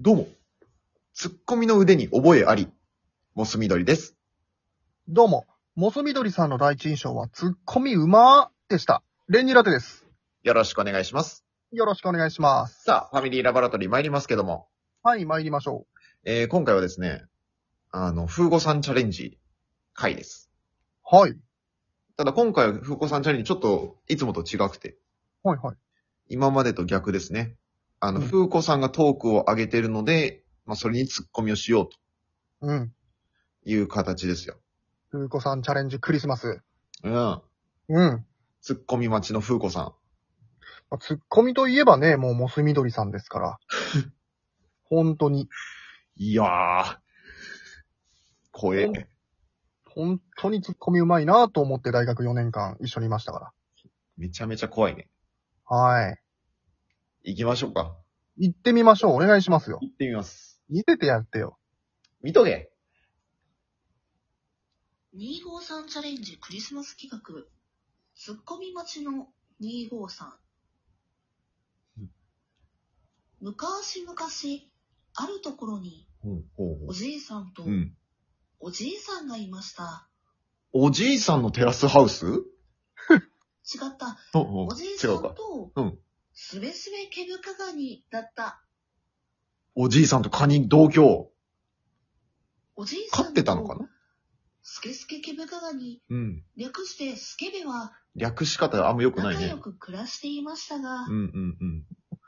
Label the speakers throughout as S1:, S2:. S1: どうも。ツッコミの腕に覚えあり。モス緑です。
S2: どうも、モスみどりさんの第一印象は、ツッコミうまーでした。レンジラテです。
S1: よろしくお願いします。
S2: よろしくお願いします。
S1: さあ、ファミリーラボラトリー参りますけども、
S2: はい、参りましょ
S1: えー、今回はですね、あの、風子さんチャレンジ回です。
S2: う。はい、
S1: ただ今回は風子さんチャレンジちょっといつもと違くて、
S2: はい、はい。
S1: 今までと逆ですね。あの、
S2: うん
S1: 風子さんがトークを上げてるので、まあ、それにツッコミをしようと
S2: うん。
S1: いう形ですよ。
S2: ふうこさんチャレンジクリスマス。
S1: うん。
S2: うん。
S1: ツッコミ待ちの風子さん。
S2: まあツッコミといえばね、もうモスみどりさんですから。本当に、
S1: いやー。怖え。
S2: 本当にツッコミうまいなと思って大学4年間一緒にいましたか
S1: めちゃめちゃ怖いね。
S2: ら。はい。
S1: 行きましょうか。
S2: 行ってみましょう。お願いしますよ。
S1: 行ってみます。
S2: 見せてやってよ。
S1: 見とけ
S3: 253チャレンジクリスマス企画、ツッコミ待ちの253
S1: うん。
S3: 昔々、あるところに
S1: ほうほう
S3: おじいさんと
S1: うん。
S3: おじいさんがいました。
S1: おじいさんのテラスハウス
S3: 違った、
S1: ほうほ
S3: おじいさん
S1: 違うか。
S3: と
S1: うん、
S3: すべすべ毛深ガニだった。
S1: おじいさんとカニ同居。
S3: おじいさんと
S1: 飼ってたのかな
S3: スケスケ毛深ガニ、
S1: うん。
S3: 略してスケベは
S1: 略し方があんま良くな
S3: 仲
S1: いね
S3: 良。く暮らしていましたが
S1: うんう、んうん。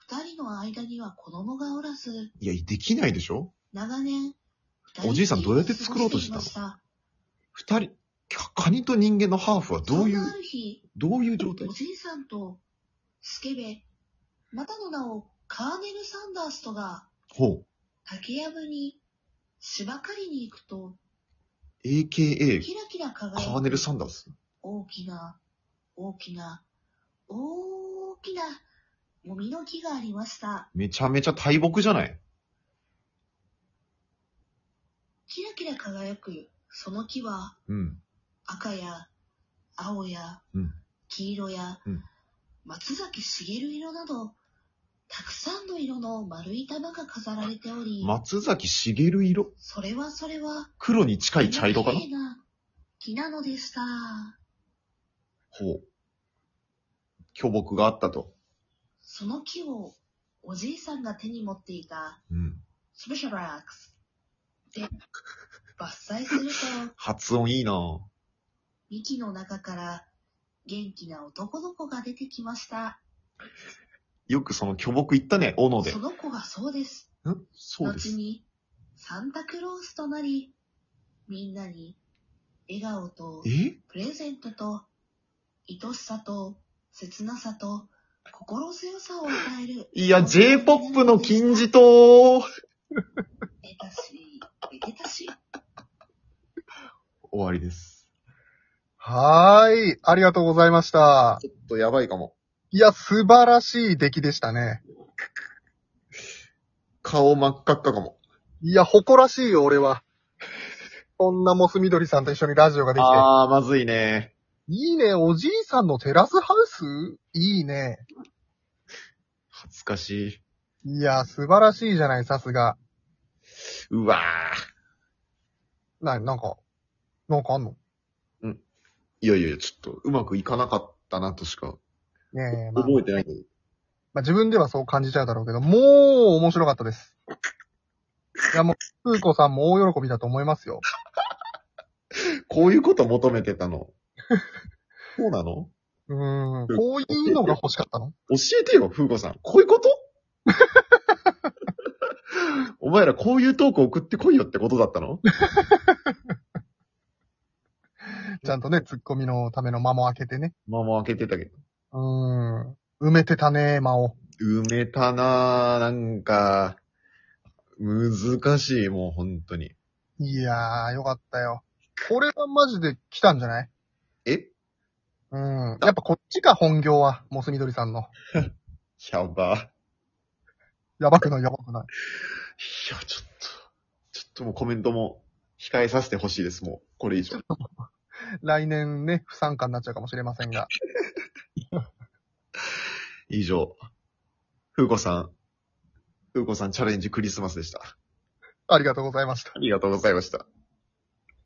S3: 二、人の間には子供がおらず、
S1: いや、できないでしょ
S3: 長年、
S1: おじいさんどうやって作ろうとしてたの二人、かカニと人間のハーフはどうい
S3: そん
S1: う
S3: なあ、る日、
S1: どういう状態
S3: おじいさんと、スケベ、またの名をカーネル・サンダースとが
S1: ほう。
S3: 竹やぶに芝刈りに行くと、
S1: AKA、
S3: キラキラ
S1: カーネ
S3: 輝
S1: ル・
S3: く
S1: サンダース。
S3: 大きな、大きな、大きな、もみの木がありました。
S1: めちゃめちゃ大木じゃない
S3: キラキラ輝く、その木は、
S1: うん。
S3: 赤や青や、
S1: うん
S3: 黄色や、
S1: うん
S3: 松崎しげる色などたくさんの色の丸い玉が飾られており、
S1: 松崎しげる色
S3: それはそれは
S1: 黒に近い茶色かな
S3: 綺麗な木なのでした
S1: ほう。巨木があったと。
S3: その木をおじいさんが手に持っていた
S1: うん。
S3: スペシャルアックスで伐採すると
S1: 発音いいなぁ。
S3: 幹の中から元気な男の子が出てきました
S1: よくその巨木行ったね、斧で。
S3: その子がそうです
S1: んそうで
S3: 後
S1: す。
S3: にサンタクロースとなり、みんなに笑顔と
S1: え
S3: プレゼントと愛しさと切なさと心強さを与える。
S1: いや、J-POP の金字塔
S3: めでたし、めでたし。
S1: 終わりです。
S2: はーい。ありがとうございました。
S1: ちょっとやばいかも。
S2: いや、素晴らしい出来でしたね。
S1: 顔真っ赤っかかも。
S2: いや、誇らしいよ、俺は。そんなモスみどりさんと一緒にラジオができて。
S1: あー、まずいね。
S2: いいね、おじいさんのテラスハウスいいね。
S1: 恥ずかしい。
S2: いや、素晴らしいじゃない、さすが。
S1: うわ
S2: な、なんか、なんかあんの
S1: ー。いやいやいや、ちょっとうまくいかなかったなとしか
S2: ねえ、まあ、
S1: 覚えてないけど。
S2: まあ自分ではそう感じちゃうだろうけど、もう面白かったです。いや、もう、風子さんも大喜びだと思いますよ。
S1: こういうこと求めてた の。そうなの
S2: うーん、こういうのが欲しかったの
S1: 教えてよ、風子さん。こういうこと お前らこういうトーク送ってこいよってことだったの
S2: ちゃんとね、ツッコミのための間も開けてね。
S1: 間も開けてたけど。
S2: うーん、埋めてたね、間を。
S1: 埋めたなぁ、なんか、難しい、もう本当に。
S2: いやー、よかったよ。これはマジで来たんじゃない
S1: え
S2: うん。やっぱこっちか、本業は。モスみどりさんの。
S1: やば。いや、
S2: やばくない、やばくない。
S1: ちょっと、ちょっともうコメントも控えさせてほしいです、もう。これ以上。
S2: 来年ね、不参加になっちゃうかもしれませんが。
S1: 以上。ふうこさん、
S2: 風子さんチャレンジクリスマスでした。
S1: ありがとうございました。
S2: ありがとうございました。